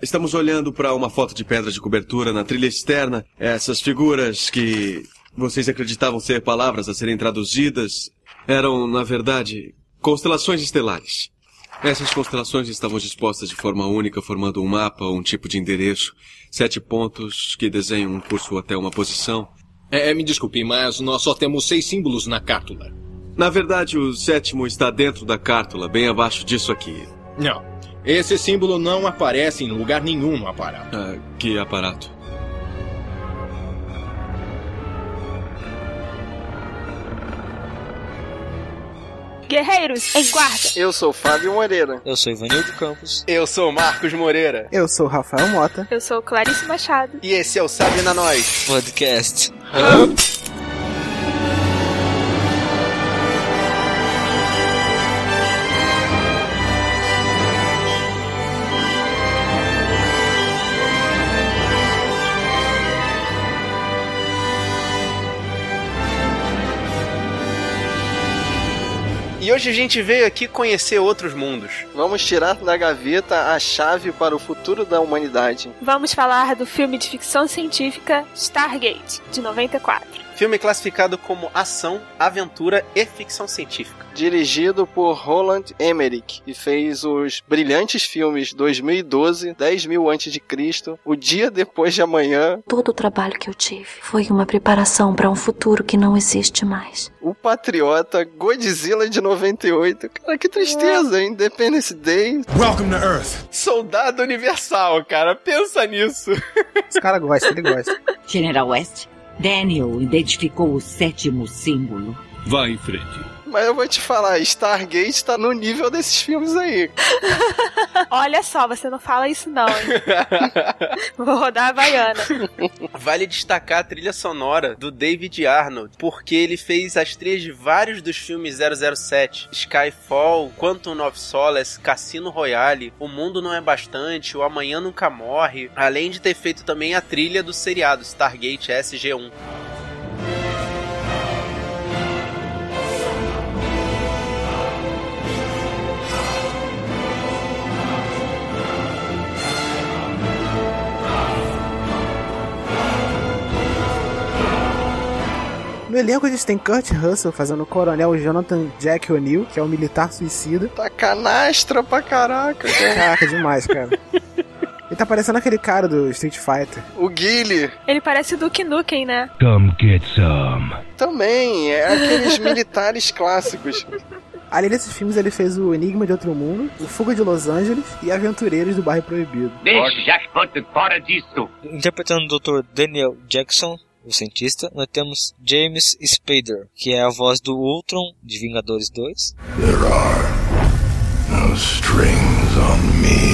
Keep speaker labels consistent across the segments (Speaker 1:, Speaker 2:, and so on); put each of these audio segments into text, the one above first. Speaker 1: Estamos olhando para uma foto de pedras de cobertura na trilha externa. Essas figuras que vocês acreditavam ser palavras a serem traduzidas eram, na verdade, constelações estelares. Essas constelações estavam dispostas de forma única, formando um mapa, um tipo de endereço, sete pontos que desenham um curso até uma posição.
Speaker 2: É, me desculpe, mas nós só temos seis símbolos na cátula.
Speaker 1: Na verdade, o sétimo está dentro da cártula, bem abaixo disso aqui.
Speaker 2: Não. Esse símbolo não aparece em lugar nenhum no aparato.
Speaker 1: Ah, que aparato.
Speaker 3: Guerreiros, em guarda!
Speaker 4: Eu sou Fábio Moreira.
Speaker 5: Eu sou Ivanildo Campos.
Speaker 6: Eu sou Marcos Moreira.
Speaker 7: Eu sou Rafael Mota.
Speaker 3: Eu sou Clarice Machado.
Speaker 6: E esse é o Sabe na Nós
Speaker 5: Podcast.
Speaker 6: E hoje a gente veio aqui conhecer outros mundos.
Speaker 4: Vamos tirar da gaveta a chave para o futuro da humanidade.
Speaker 3: Vamos falar do filme de ficção científica Stargate, de 94.
Speaker 6: Filme classificado como ação, aventura e ficção científica.
Speaker 4: Dirigido por Roland Emmerich, que fez os brilhantes filmes 2012, 10 mil antes de Cristo, O Dia Depois de Amanhã,
Speaker 8: Todo o trabalho que eu tive foi uma preparação para um futuro que não existe mais.
Speaker 4: O Patriota, Godzilla de 98. Cara, que tristeza, hein? Independence Day.
Speaker 9: Welcome to Earth.
Speaker 6: Soldado Universal, cara, pensa nisso.
Speaker 7: Os caras gostam, ele gosta.
Speaker 10: General West, Daniel identificou o sétimo símbolo.
Speaker 1: Vá em frente.
Speaker 4: Mas eu vou te falar, Stargate tá no nível desses filmes aí.
Speaker 3: Olha só, você não fala isso não, hein? Vou rodar a baiana.
Speaker 6: Vale destacar a trilha sonora do David Arnold, porque ele fez as trilhas de vários dos filmes 007. Skyfall, Quantum of Solace, Cassino Royale, O Mundo Não É Bastante, O Amanhã Nunca Morre, além de ter feito também a trilha do seriado Stargate SG-1.
Speaker 7: No elenco a gente tem Kurt Russell fazendo o coronel Jonathan Jack O'Neill, que é um militar suicida.
Speaker 4: Tá canastra pra caraca.
Speaker 7: Caraca, demais, cara. Ele tá parecendo aquele cara do Street Fighter.
Speaker 4: O Guile
Speaker 3: Ele parece do Nukem, né?
Speaker 9: Come get some.
Speaker 4: também é aqueles militares clássicos.
Speaker 7: Além desses filmes, ele fez o Enigma de Outro Mundo, o Fuga de Los Angeles e Aventureiros do Bairro Proibido.
Speaker 5: Interpretando o Dr. Daniel Jackson, o cientista, nós temos James Spader, que é a voz do Ultron de Vingadores 2.
Speaker 9: No strings on me.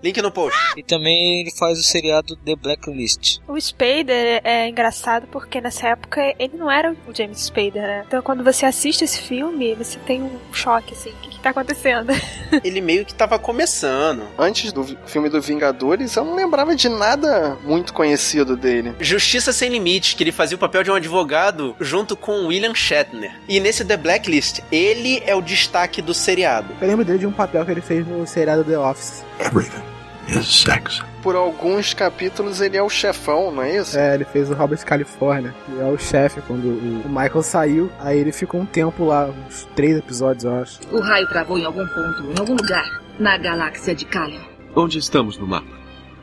Speaker 6: Link no post.
Speaker 5: E também ele faz o seriado The Blacklist.
Speaker 3: O Spader é engraçado porque nessa época ele não era o James Spader, né? Então quando você assiste esse filme, você tem um choque, assim. O que, que tá acontecendo?
Speaker 6: Ele meio que tava começando.
Speaker 4: Antes do vi- filme do Vingadores, eu não lembrava de nada muito conhecido dele.
Speaker 6: Justiça Sem Limites, que ele fazia o papel de um advogado junto com William Shatner. E nesse The Blacklist, ele é o destaque do seriado.
Speaker 7: Eu lembro dele de um papel que ele fez no seriado The Office.
Speaker 9: Everything is sex.
Speaker 4: Por alguns capítulos ele é o chefão, não é isso?
Speaker 7: É, ele fez o Robert California, que é o chefe quando o o Michael saiu. Aí ele ficou um tempo lá, uns três episódios, eu acho.
Speaker 10: O raio travou em algum ponto, em algum lugar, na galáxia de Kalion,
Speaker 1: Onde estamos no mapa?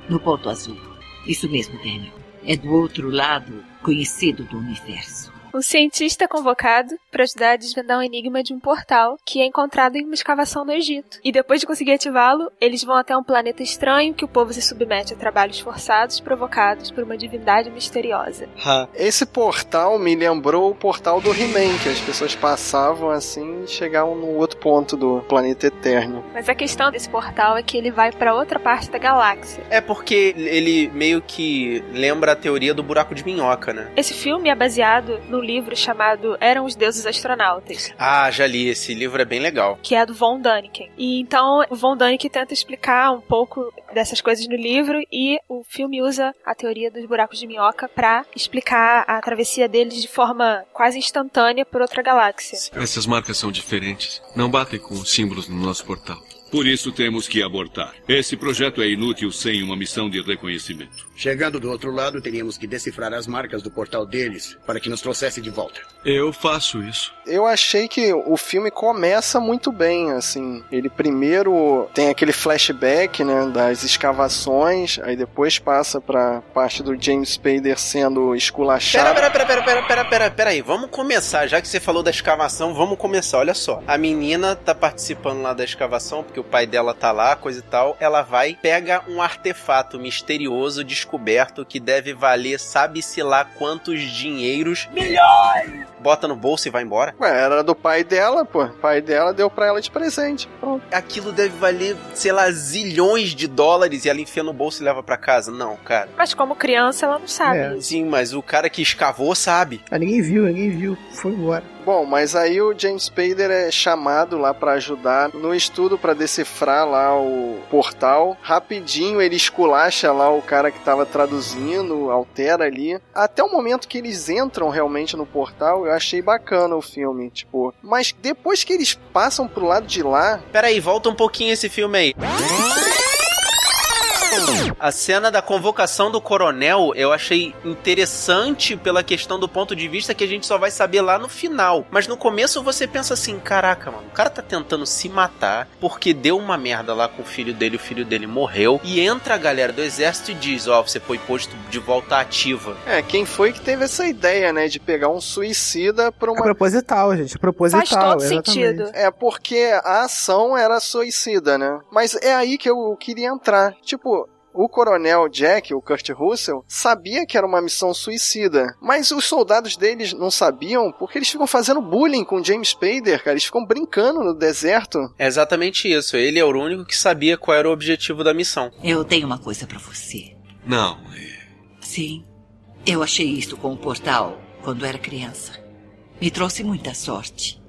Speaker 10: no ponto azul. Isso mesmo, Daniel. É do outro lado conhecido do universo.
Speaker 3: Um cientista é convocado para ajudar a desvendar um enigma de um portal que é encontrado em uma escavação no Egito. E depois de conseguir ativá-lo, eles vão até um planeta estranho que o povo se submete a trabalhos forçados provocados por uma divindade misteriosa.
Speaker 5: Ha,
Speaker 4: Esse portal me lembrou o portal do He-Man, que as pessoas passavam assim e chegavam no outro ponto do planeta eterno.
Speaker 3: Mas a questão desse portal é que ele vai para outra parte da galáxia.
Speaker 6: É porque ele meio que lembra a teoria do buraco de minhoca, né?
Speaker 3: Esse filme é baseado no livro chamado Eram os Deuses Astronautas,
Speaker 6: Ah, já li, esse livro é bem legal.
Speaker 3: que é do Von Däniken. E então o Von Däniken tenta explicar um pouco dessas coisas no livro e o filme usa a teoria dos buracos de minhoca pra explicar a travessia deles de forma quase instantânea por outra galáxia.
Speaker 1: Essas marcas são diferentes. Não batem com os símbolos no nosso portal.
Speaker 11: Por isso temos que abortar. Esse projeto é inútil sem uma missão de reconhecimento.
Speaker 12: Chegando do outro lado, teríamos que decifrar as marcas do portal deles para que nos trouxesse de volta.
Speaker 1: Eu faço isso.
Speaker 4: Eu achei que o filme começa muito bem, assim. Ele primeiro tem aquele flashback, né, das escavações, aí depois passa pra parte do James Spader sendo esculachado.
Speaker 6: Pera, pera, pera, pera, pera, pera, pera, pera aí. Vamos começar. Já que você falou da escavação, vamos começar. Olha só. A menina tá participando lá da escavação, porque o pai dela tá lá, coisa e tal. Ela vai, pega um artefato misterioso descoberto que deve valer sabe-se lá quantos dinheiros. Milhões! Bota no bolso e vai embora.
Speaker 4: Ué, era do pai dela, pô. O pai dela deu pra ela de presente. Pronto.
Speaker 6: Aquilo deve valer, sei lá, zilhões de dólares e ela enfia no bolso e leva pra casa. Não, cara.
Speaker 3: Mas como criança, ela não sabe.
Speaker 6: Sim, mas o cara que escavou sabe.
Speaker 7: Ah, ninguém viu, ninguém viu. Foi embora.
Speaker 4: Bom, mas aí o James Spader é chamado lá pra ajudar no estudo pra decifrar lá o portal. Rapidinho ele esculacha lá o cara que tava traduzindo, altera ali. Até o momento que eles entram realmente no portal, eu achei bacana o filme, tipo. Mas depois que eles passam pro lado de lá,
Speaker 6: Pera aí, volta um pouquinho esse filme aí. A cena da convocação do coronel eu achei interessante pela questão do ponto de vista que a gente só vai saber lá no final. Mas no começo você pensa assim: caraca, mano, o cara tá tentando se matar porque deu uma merda lá com o filho dele, o filho dele morreu. E entra a galera do exército e diz: ó, você foi posto de volta ativa.
Speaker 4: é, quem foi que teve essa ideia, né, de pegar um suicida pra
Speaker 7: É
Speaker 4: uma
Speaker 7: proposital, gente. É proposital. exatamente.
Speaker 4: É porque a ação era suicida, né? Mas é aí que eu queria entrar. Tipo. O coronel Jack, o Kurt Russell, sabia que era uma missão suicida, mas os soldados deles não sabiam porque eles ficam fazendo bullying com James Spader, cara. Eles ficam brincando no deserto.
Speaker 6: É exatamente isso. Ele é o único que sabia qual era o objetivo da missão.
Speaker 10: Eu tenho uma coisa pra você.
Speaker 1: Não. é,
Speaker 10: Sim, eu achei isto com o portal quando era criança. Me trouxe muita sorte.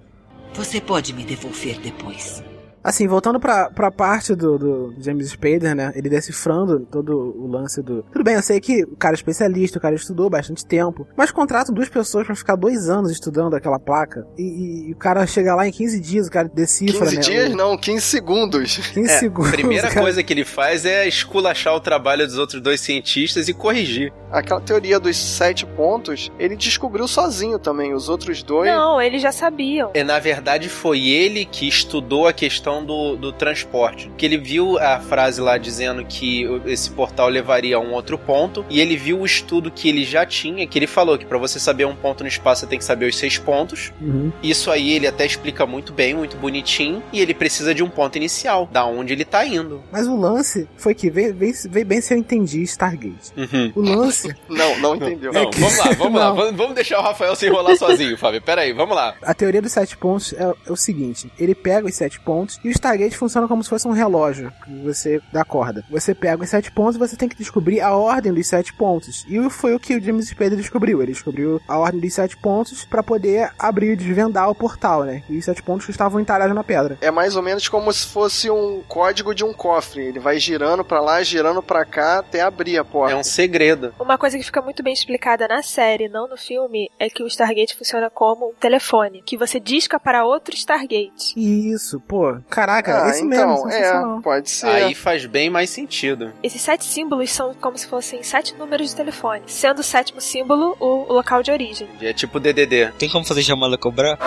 Speaker 10: Você pode me devolver depois.
Speaker 7: Assim, voltando pra, pra parte do, do James Spader, né? Ele decifrando todo o lance do. Tudo bem, eu sei que o cara é especialista, o cara estudou bastante tempo, mas contratam duas pessoas pra ficar dois anos estudando aquela placa. E, e- e o cara chega lá em 15 dias, o cara decifra,
Speaker 4: 15
Speaker 7: né?
Speaker 4: dias
Speaker 7: o-
Speaker 4: não, 15 segundos.
Speaker 7: 15
Speaker 6: É,
Speaker 7: segundos.
Speaker 6: primeira
Speaker 7: cara.
Speaker 6: coisa que ele faz é esculachar o trabalho dos outros dois cientistas e corrigir.
Speaker 4: Aquela teoria dos sete pontos, ele descobriu sozinho também. Os outros dois.
Speaker 3: Não, eles já sabiam.
Speaker 6: É, na verdade, foi ele que estudou a questão do, do transporte. Que ele viu a frase lá dizendo que o- esse portal levaria a um outro ponto. E ele viu o estudo que ele já tinha, que ele falou que pra você saber um ponto no espaço, você tem que saber os seis pontos.
Speaker 7: Uhum.
Speaker 6: Isso aí ele até explica muito bem, muito bonitinho. E ele precisa de um ponto inicial, da onde ele tá indo.
Speaker 7: Mas o lance foi que, vê, vê, vê bem se eu entendi Stargate.
Speaker 6: Uhum.
Speaker 7: O lance
Speaker 4: Não, não entendeu.
Speaker 7: É
Speaker 6: Não, vamos lá, vamos lá. Vamos, vamos deixar o Rafael se enrolar sozinho, Fábio. Pera aí, vamos lá.
Speaker 7: A teoria dos sete pontos é, é o seguinte: ele pega os sete pontos e o Stargate funciona como se fosse um relógio que você dá corda. Você pega os sete pontos e você tem que descobrir a ordem dos sete pontos. E foi o que o James Spader descobriu. Ele descobriu a ordem dos sete pontos pra poder abrir e desvendar o portal, né? E os sete pontos que estavam entalhados na pedra.
Speaker 4: É mais ou menos como se fosse um código de um cofre. Ele vai girando pra lá, girando pra cá até abrir a porta. É um
Speaker 6: segredo.
Speaker 3: Uma coisa que fica muito bem explicada na série, não no filme, é que o Stargate funciona como um telefone, que você disca para outro Stargate.
Speaker 7: Isso, pô. Caraca,
Speaker 3: Ah,
Speaker 7: esse
Speaker 3: então,
Speaker 7: mesmo. é sensacional.
Speaker 4: é, pode
Speaker 6: Aí faz bem mais sentido.
Speaker 3: Esses sete símbolos são como se fossem sete números de telefone, sendo o sétimo símbolo o o local de origem.
Speaker 6: É tipo DDD.
Speaker 5: Tem como fazer chamada cobrar?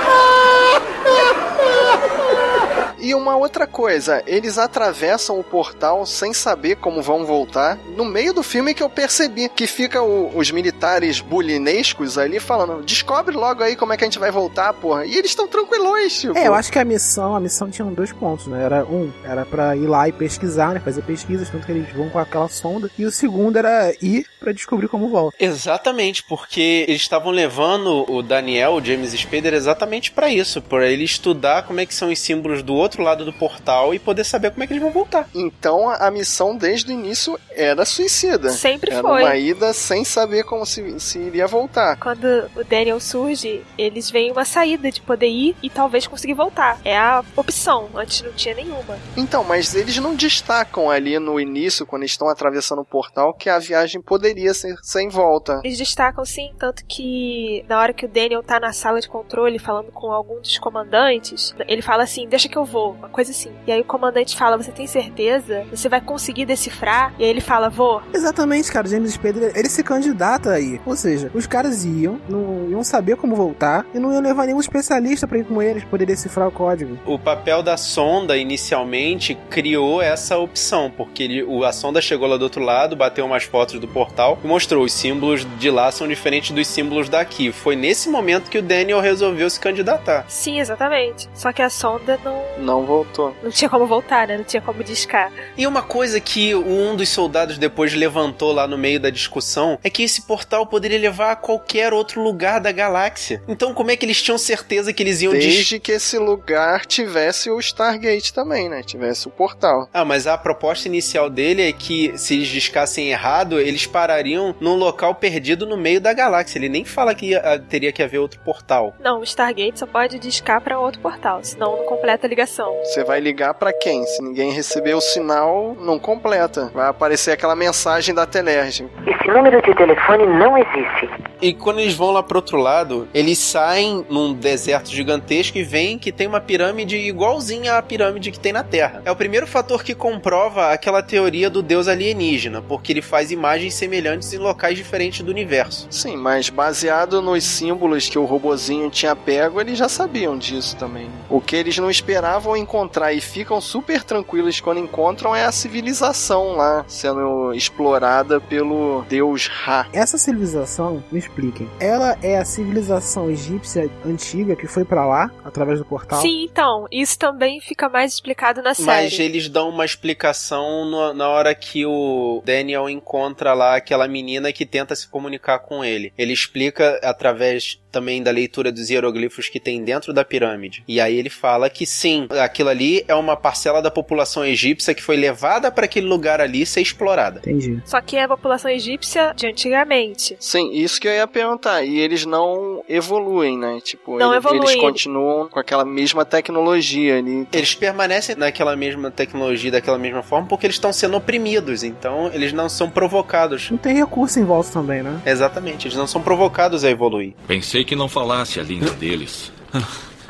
Speaker 4: E uma outra coisa, eles atravessam o portal sem saber como vão voltar. No meio do filme que eu percebi que fica o- os militares bulinescos ali falando: descobre logo aí como é que a gente vai voltar, porra. E eles estão tranquilões, tipo.
Speaker 7: É, eu acho que a missão, a missão tinha dois pontos, né? Era um, era pra ir lá e pesquisar, né? Fazer pesquisas, tanto que eles vão com aquela sonda. E o segundo era ir pra descobrir como volta.
Speaker 6: Exatamente, porque eles estavam levando o Daniel, o James Spader, exatamente pra isso, pra ele estudar como é que são os símbolos do outro lado do portal e poder saber como é que eles vão voltar.
Speaker 4: Então a a missão desde o início era suicida.
Speaker 3: Sempre
Speaker 4: era
Speaker 3: foi.
Speaker 4: Uma ida sem saber como se, se iria voltar.
Speaker 3: Quando o Daniel surge, eles veem uma saída de poder ir e talvez conseguir voltar. É a opção, antes não tinha nenhuma.
Speaker 4: Então, mas eles não destacam ali no início, quando eles estão atravessando o portal, que a viagem poderia ser sem volta.
Speaker 3: Eles destacam sim, tanto que na hora que o Daniel tá na sala de controle falando com algum dos comandantes, ele fala assim: Deixa que eu vou. vou, uma coisa assim. E aí o comandante fala: Você tem certeza? Você vai conseguir decifrar? E aí ele fala: Vou.
Speaker 7: Exatamente, cara. James Spader, ele se candidata aí. Ou seja, os caras iam, não iam saber como voltar e não iam levar nenhum especialista pra ir com eles, poder decifrar o código.
Speaker 6: O papel da sonda inicialmente criou essa opção, porque ele- o- a sonda chegou lá do outro lado, bateu umas fotos do portal e mostrou os símbolos de lá são diferentes dos símbolos daqui. Foi nesse momento que o Daniel resolveu se candidatar.
Speaker 3: Sim, exatamente. Só que a sonda não,
Speaker 4: Não voltou.
Speaker 3: não tinha como voltar, né? Não tinha como discar.
Speaker 6: E uma coisa que um dos soldados depois levantou lá no meio da discussão é que esse portal poderia levar a qualquer outro lugar da galáxia. Então como é que eles tinham certeza que eles iam dis-
Speaker 4: Desde que esse lugar tivesse o Stargate também, né? Tivesse o portal.
Speaker 6: Ah, mas a proposta inicial dele é que se eles discassem errado, eles parariam num local perdido no meio da galáxia. Ele nem fala que ah, teria que haver outro portal.
Speaker 3: Não, o Stargate só pode discar pra outro portal, senão não completa a ligação.
Speaker 4: Você vai ligar pra quem? Se ninguém receber o sinal, não completa. Vai aparecer aquela mensagem da Telerge.
Speaker 13: Esse número de telefone não existe.
Speaker 6: E quando eles vão lá pro outro lado, eles saem num deserto gigantesco e veem que tem uma pirâmide igualzinha à pirâmide que tem na Terra. É o primeiro fator que comprova aquela teoria do deus alienígena, porque ele faz imagens semelhantes em locais diferentes do universo.
Speaker 4: Sim, mas baseado nos símbolos que o robozinho tinha pego, eles já sabiam disso também. O que eles não esperavam encontrar e ficam super tranquilos quando encontram é a civilização lá sendo explorada pelo deus Ra.
Speaker 7: Essa civilização, me expliquem, ela é a civilização egípcia antiga que foi pra lá através do
Speaker 6: Tá.
Speaker 7: portal?
Speaker 3: Sim, então, isso também fica mais explicado na série.
Speaker 6: Mas eles dão uma explicação no- na hora que o Daniel encontra lá aquela menina que tenta se comunicar com ele. Ele explica através também da leitura dos hieroglifos que tem dentro da pirâmide. E aí ele fala que sim, aquilo ali é uma parcela da população egípcia que foi levada para aquele lugar ali ser explorada.
Speaker 7: Entendi.
Speaker 3: Só que é a população egípcia de antigamente.
Speaker 4: Sim, isso que eu ia perguntar. E eles não evoluem, né? Tipo,
Speaker 3: Não
Speaker 4: ele-
Speaker 3: evoluem.
Speaker 4: eles continuam com aquela mesma tecnologia ali.
Speaker 6: Eles permanecem naquela mesma tecnologia, daquela mesma forma, porque eles estão sendo oprimidos, então eles não são provocados.
Speaker 7: Não tem recurso em volta também, né?
Speaker 6: Exatamente, eles não são provocados a evoluir.
Speaker 11: Pensei que não falasse a língua deles.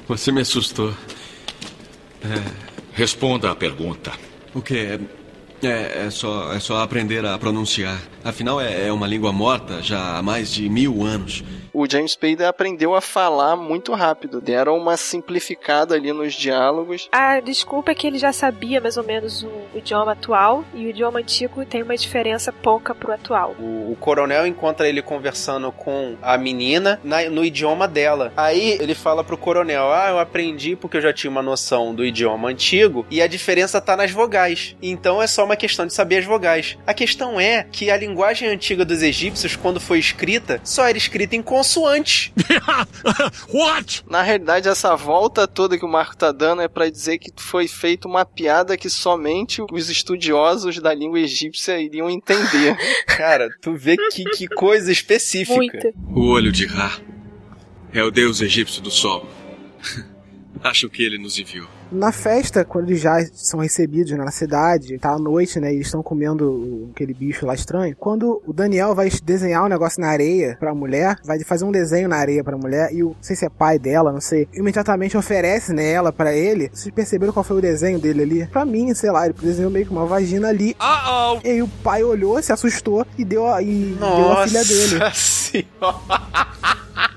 Speaker 1: Você me assustou. É,
Speaker 11: Responda à pergunta.
Speaker 1: o que é, é, é só é só aprender a pronunciar. Afinal é, é uma língua morta já há mais de mil anos.
Speaker 4: O James Spader aprendeu a falar muito rápido. Deram uma simplificada ali nos diálogos.
Speaker 3: A desculpa é que ele já sabia mais ou menos o o idioma atual e o idioma antigo tem uma diferença pouca pro atual.
Speaker 6: O, o coronel encontra ele conversando com a menina na- no idioma dela. Aí ele fala pro coronel: Ah, eu aprendi porque eu já tinha uma noção do idioma antigo e a diferença tá nas vogais. Então é só uma questão de saber as vogais. A questão é que a linguagem antiga dos egípcios, quando foi escrita, só era escrita em consoante.
Speaker 4: What? Na realidade, essa volta toda que o Marco tá dando é pra dizer que foi feita uma piada que somente os estudiosos da língua egípcia iriam entender.
Speaker 6: Cara, tu vê que, que coisa específica.
Speaker 3: Muito.
Speaker 1: O olho de Ra é o deus egípcio do sol. Acho que ele nos enviou.
Speaker 7: Na festa, quando eles já são recebidos na cidade, tá à noite, né? E eles estão comendo o- aquele bicho lá estranho. Quando o Daniel vai desenhar um negócio na areia pra mulher, vai fazer um desenho na areia pra mulher, e o, não sei se é pai dela, não sei, imediatamente oferece né, ela pra ele. Vocês perceberam qual foi o desenho dele ali? Pra mim, sei lá, ele desenhou meio que uma vagina ali.
Speaker 6: Uh-oh.
Speaker 7: E aí o pai olhou, se assustou e deu a, e deu a filha dele.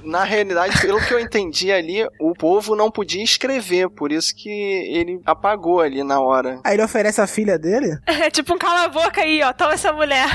Speaker 4: Na realidade, pelo que eu entendi ali, o povo não podia escrever, por isso que ele apagou ali na hora.
Speaker 7: Aí ele oferece a filha dele?
Speaker 3: É tipo um cala a boca aí, ó, toma essa mulher.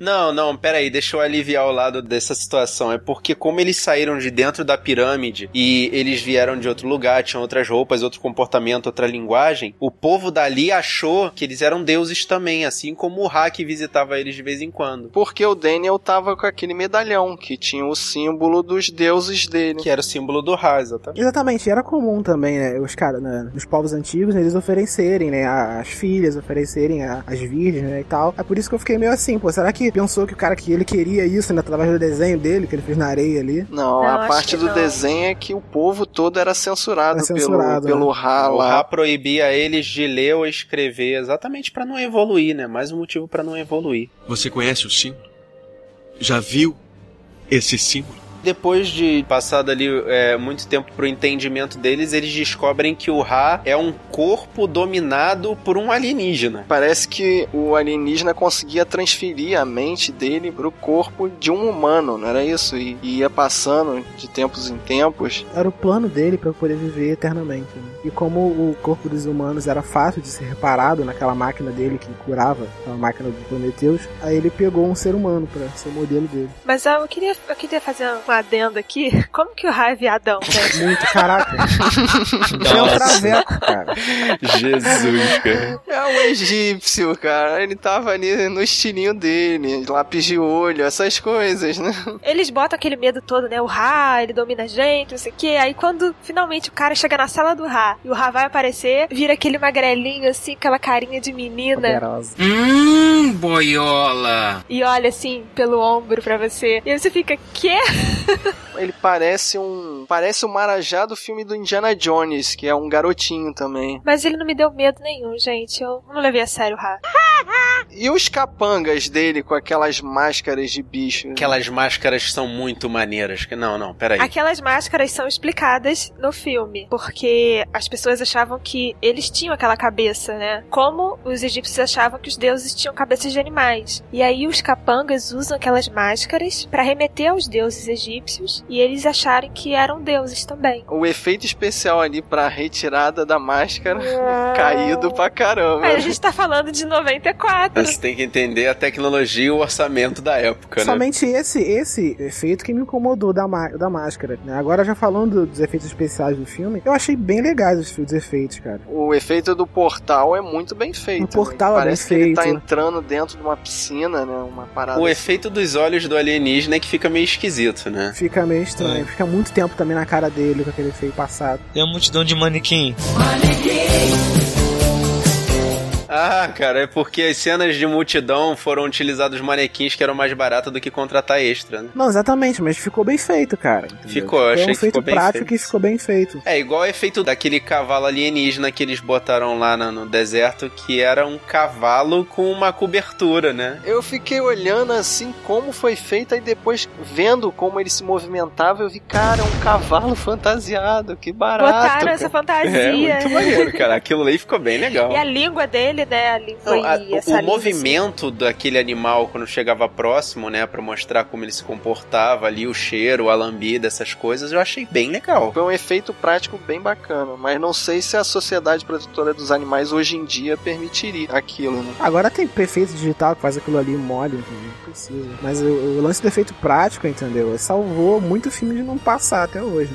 Speaker 6: Não, não, peraí, deixa eu aliviar o lado dessa situação. É porque, como eles saíram de dentro da pirâmide e eles vieram de outro lugar, tinham outras roupas, outro comportamento, outra linguagem, o povo dali achou que eles eram deuses também, assim como o Ra que visitava eles de vez em quando.
Speaker 4: Porque o Daniel tava com aquele medalhão que tinha o símbolo dos deuses dele.
Speaker 6: Que era o símbolo do Ra, exatamente.
Speaker 7: Exatamente, era comum também, né? Os caras, né, os povos antigos, né, eles oferecerem, né? a- As filhas, oferecerem a- as virgens, né? E tal. É por isso que eu fiquei meio assim, pô, será que pensou que o cara que ele queria isso, né? Através do desenho dele, que ele fez na areia ali?
Speaker 4: Não,
Speaker 7: Não,
Speaker 4: a
Speaker 7: acho
Speaker 4: parte
Speaker 7: que
Speaker 4: do
Speaker 7: não.
Speaker 4: desenho é que o povo todo era censurado,
Speaker 7: Era censurado,
Speaker 4: pelo, pelo
Speaker 7: né?
Speaker 4: Ra
Speaker 6: O
Speaker 4: Ah, lá.
Speaker 6: Ra proibia eles de ler ou escrever, exatamente pra não evoluir, né? Mais um motivo pra não evoluir.
Speaker 1: Você conhece o símbolo? Já viu esse símbolo?
Speaker 6: Depois de passado ali é, muito tempo pro entendimento deles, eles descobrem que o Ra é um corpo dominado por um alienígena.
Speaker 4: Parece que o alienígena conseguia transferir a mente dele pro corpo de um humano, não era isso? E, e ia passando de tempos em tempos.
Speaker 7: Era o plano dele pra poder viver eternamente. né? E como o corpo dos humanos era fácil de ser reparado naquela máquina dele que curava, aquela máquina do Prometheus, aí ele pegou um ser humano pra ser o modelo dele.
Speaker 3: Mas ah, eu, queria, eu queria fazer um adendo aqui. Como que o Ra é viadão, né?
Speaker 7: Muito, caraca.
Speaker 5: Então,
Speaker 7: Isso é um traveco, cara.
Speaker 4: Jesus, cara. É um egípcio, cara. Ele tava ali no estilinho dele, lápis de olho, essas coisas, né?
Speaker 3: Eles botam aquele medo todo, né? O Ra, ele domina a gente, não sei o quê. Aí quando finalmente o cara chega na sala do Ra e o Ra vai aparecer, vira aquele magrelinho assim, aquela carinha de menina.
Speaker 14: Hum, boiola.
Speaker 3: E olha assim, pelo ombro pra você. E aí você fica, quê?
Speaker 4: Ele parece um. Parece o Marajá do filme do Indiana Jones, que é um garotinho também.
Speaker 3: Mas ele não me deu medo nenhum, gente. Eu não levei a sério o Ra.
Speaker 4: E os capangas dele com aquelas máscaras de bicho?
Speaker 6: Aquelas máscaras são muito maneiras. que- Não, não, peraí.
Speaker 3: Aquelas máscaras são explicadas no filme, porque as pessoas achavam que eles tinham aquela cabeça, né? Como os egípcios achavam que os deuses tinham cabeças de animais. E aí os capangas usam aquelas máscaras pra remeter aos deuses egípcios e eles acharem que eram deuses também.
Speaker 4: O efeito especial ali pra retirada da máscara, caído pra caramba.
Speaker 3: Aí a gente tá falando de 94.
Speaker 6: Você tem que entender a tecnologia e o orçamento da época, né?
Speaker 7: Somente esse esse efeito que me incomodou da, ma- da máscara. né? Agora, já falando dos efeitos especiais do filme, eu achei bem legais os, os efeitos, cara.
Speaker 4: O efeito do portal é muito bem feito.
Speaker 7: O portal
Speaker 4: né?
Speaker 7: é
Speaker 4: Parece
Speaker 7: bem
Speaker 4: que ele tá
Speaker 7: feito.
Speaker 4: entrando dentro de uma piscina, né? Uma parada.
Speaker 6: O efeito dos olhos do alienígena é que fica meio esquisito, né?
Speaker 7: Fica meio estranho. Fica muito tempo também na cara dele com aquele efeito passado.
Speaker 5: Tem uma multidão de manequim.
Speaker 6: Ah, cara, é porque as cenas de multidão foram utilizados manequins que eram mais baratos do que contratar extra, né?
Speaker 7: Não, exatamente, mas ficou bem feito, cara. entendeu?
Speaker 6: Ficou, eu
Speaker 7: Foi
Speaker 6: achei
Speaker 7: um
Speaker 6: que
Speaker 7: efeito
Speaker 6: ficou bem
Speaker 7: prático
Speaker 6: feito.
Speaker 7: que ficou bem feito.
Speaker 6: É igual o efeito daquele cavalo alienígena que eles botaram lá na- no deserto, que era um cavalo com uma cobertura, né?
Speaker 4: Eu fiquei olhando assim como foi feito e depois vendo como ele se movimentava, eu vi, cara, um cavalo fantasiado, que barato.
Speaker 3: Botaram assim.
Speaker 4: cara.
Speaker 3: essa fantasia.
Speaker 6: É muito maneiro, cara. Aquilo ali ficou bem legal.
Speaker 3: E a língua dele, né? A língua
Speaker 6: Não, a-
Speaker 3: e essa assim.
Speaker 6: o
Speaker 3: língua,
Speaker 6: movimento daquele animal quando chegava próximo, né, Pra mostrar como ele se comportava ali, o cheiro, a lambida, essas coisas, eu achei bem legal.
Speaker 4: Foi um efeito prático bem bacana, mas não sei se a Sociedade Protetora dos Animais hoje em dia permitiria aquilo, né?
Speaker 7: Agora tem perfeito digital que faz aquilo ali mole, entendeu? Não precisa. Mas o, o lance do efeito prático, entendeu? Salvou muito filme de não passar até hoje.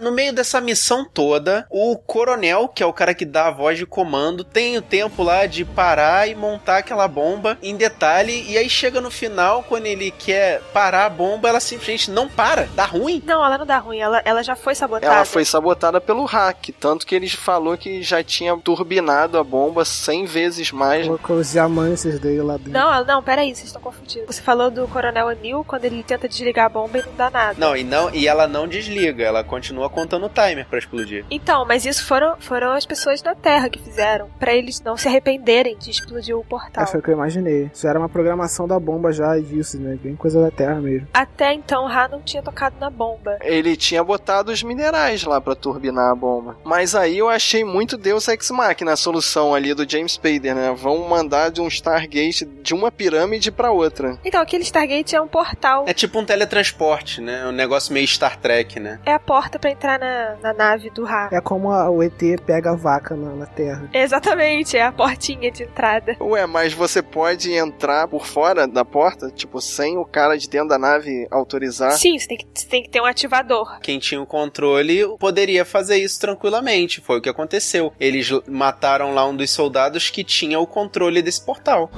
Speaker 6: No meio dessa missão toda, o coronel, que é o cara que dá a voz de comando, tem o tempo lá de parar e montar aquela bomba em detalhe. E aí chega no final, quando ele quer parar a bomba, ela simplesmente não para, dá ruim.
Speaker 3: Não, ela não dá ruim, ela, ela já foi sabotada.
Speaker 4: Ela foi sabotada pelo hack, tanto que ele falou que já tinha turbinado a bomba 100 vezes mais.
Speaker 7: Colocou os diamantes dele lá dentro.
Speaker 3: Não, ela- não, peraí, vocês estão confundindo. Você falou do Coronel O'Neill quando ele tenta desligar a bomba e não dá nada.
Speaker 6: Não, e não, e ela não desliga, ela continua contando o timer pra explodir.
Speaker 3: Então, mas isso foram, foram as pessoas da Terra que fizeram, pra eles não se arrependerem de explodir o portal.
Speaker 7: É, foi o que eu imaginei. Isso era uma programação da bomba já e disso, né? Bem coisa da Terra mesmo.
Speaker 3: Até então, o Ra não tinha tocado na bomba.
Speaker 4: Ele tinha botado os minerais lá pra turbinar a bomba. Mas aí eu achei muito Deus Ex Machina a solução ali do James Spader, né? Vão mandar de um Stargate de uma pirâmide pra outra.
Speaker 3: Então, aquele Stargate é um portal.
Speaker 6: É tipo um teletransporte, né? Um negócio meio Star Trek, né?
Speaker 3: É a porta pra entrar na, na nave do Ra.
Speaker 7: É como a- o ET pega a vaca na, na Terra.
Speaker 3: Exatamente, é a portinha de entrada.
Speaker 4: Ué, mas você pode entrar por fora da porta, tipo, sem o cara de dentro da nave autorizar?
Speaker 3: Sim, você tem, que, você tem que ter um ativador.
Speaker 6: Quem tinha o controle poderia fazer isso tranquilamente. Foi o que aconteceu. Eles l- mataram lá um dos soldados que tinha o controle desse portal.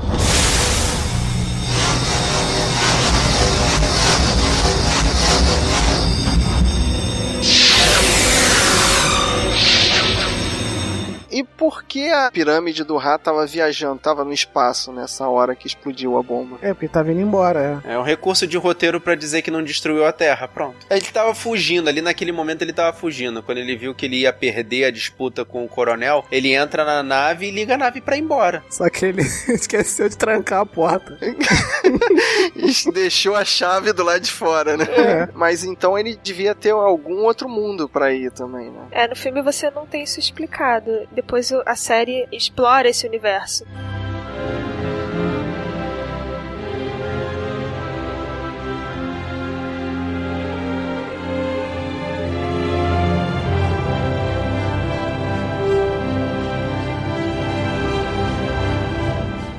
Speaker 4: E por que a pirâmide do Ra tava viajando, tava no espaço nessa hora que explodiu a bomba?
Speaker 7: É, porque tá vindo embora, é.
Speaker 6: É um recurso de roteiro pra dizer que não destruiu a Terra. Pronto. Ele tava fugindo, ali naquele momento ele tava fugindo. Quando ele viu que ele ia perder a disputa com o coronel, ele entra na nave e liga a nave pra ir embora.
Speaker 7: Só que ele esqueceu de trancar a porta.
Speaker 4: e deixou a chave do lado de fora, né?
Speaker 7: É.
Speaker 4: Mas então ele devia ter algum outro mundo pra ir também, né?
Speaker 3: É, no filme você não tem isso explicado. Depois o- a série explora esse universo.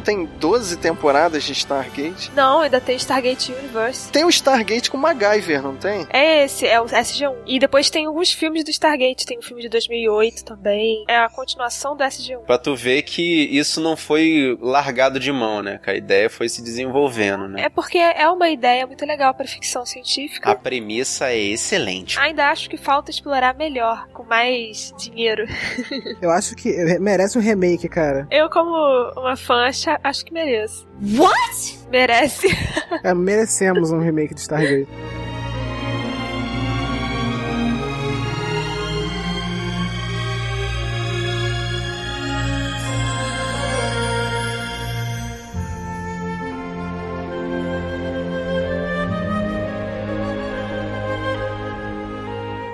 Speaker 4: Tem 12 temporadas de Stargate.
Speaker 3: Não, ainda tem Stargate Universe.
Speaker 4: Tem o Stargate com MacGyver, não tem?
Speaker 3: É esse, é o SG-1. E depois tem alguns filmes do Stargate. Tem o filme de 2008 também. É a continuação do SG-1.
Speaker 6: Pra tu ver que isso não foi largado de mão, né? Que a ideia foi se desenvolvendo, né?
Speaker 3: É porque é uma ideia muito legal pra ficção científica.
Speaker 6: A premissa é excelente.
Speaker 3: Ainda acho que falta explorar melhor, com mais dinheiro.
Speaker 7: Eu acho que merece um remake, cara.
Speaker 3: Eu, como uma fã, acha- acho que mereço. What? Merece.
Speaker 7: É, merecemos um remake de Stargate.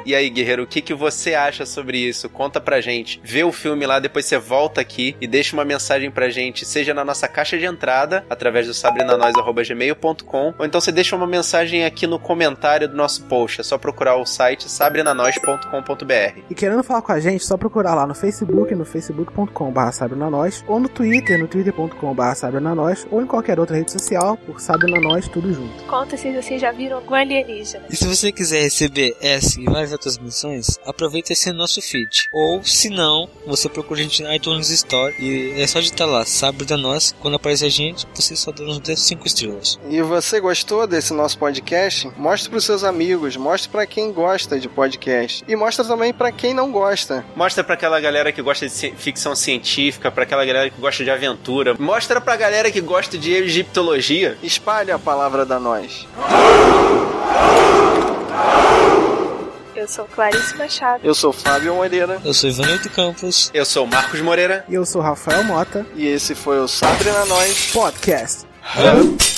Speaker 6: E aí, guerreiro, o que, que você acha sobre isso? Conta pra gente. Vê o filme lá, depois você volta aqui e deixa uma mensagem pra gente, seja na nossa caixa de entrada, através do sabrinanois.gmail.com, ou então você deixa uma mensagem aqui no comentário do nosso post. É só procurar o site sabrinanois.com.br.
Speaker 7: E querendo falar com a gente, é só procurar lá no Facebook, no facebook.com.br sabrenanós, ou no Twitter, no twitter.com.br sabrenanós, ou em qualquer outra rede social, por sabrenanós, tudo junto.
Speaker 3: Conta se vocês já viram algum alienígena.
Speaker 5: E se você quiser receber essa e várias outras missões, aproveita esse nosso feed. Ou, se não, você procura a gente na iTunes Store e é só digitar lá, sabe da nós, quando aparece a gente, você só dá uns 10, 5 estrelas.
Speaker 4: E você gostou desse nosso podcast? Mostre pros seus amigos, mostre pra quem gosta de podcast e mostra também pra quem não gosta.
Speaker 6: Mostra pra aquela galera que gosta de ci- ficção científica, pra aquela galera que gosta de aventura. Mostra pra galera que gosta de egiptologia.
Speaker 4: Espalhe a palavra da nós.
Speaker 3: Eu sou Clarice Machado.
Speaker 4: Eu sou Fábio Moreira.
Speaker 5: Eu sou Ivanildo Campos.
Speaker 6: Eu sou Marcos Moreira.
Speaker 7: E eu sou Rafael Mota.
Speaker 4: E esse foi o Sabrina Nós
Speaker 7: Podcast.
Speaker 4: Hã?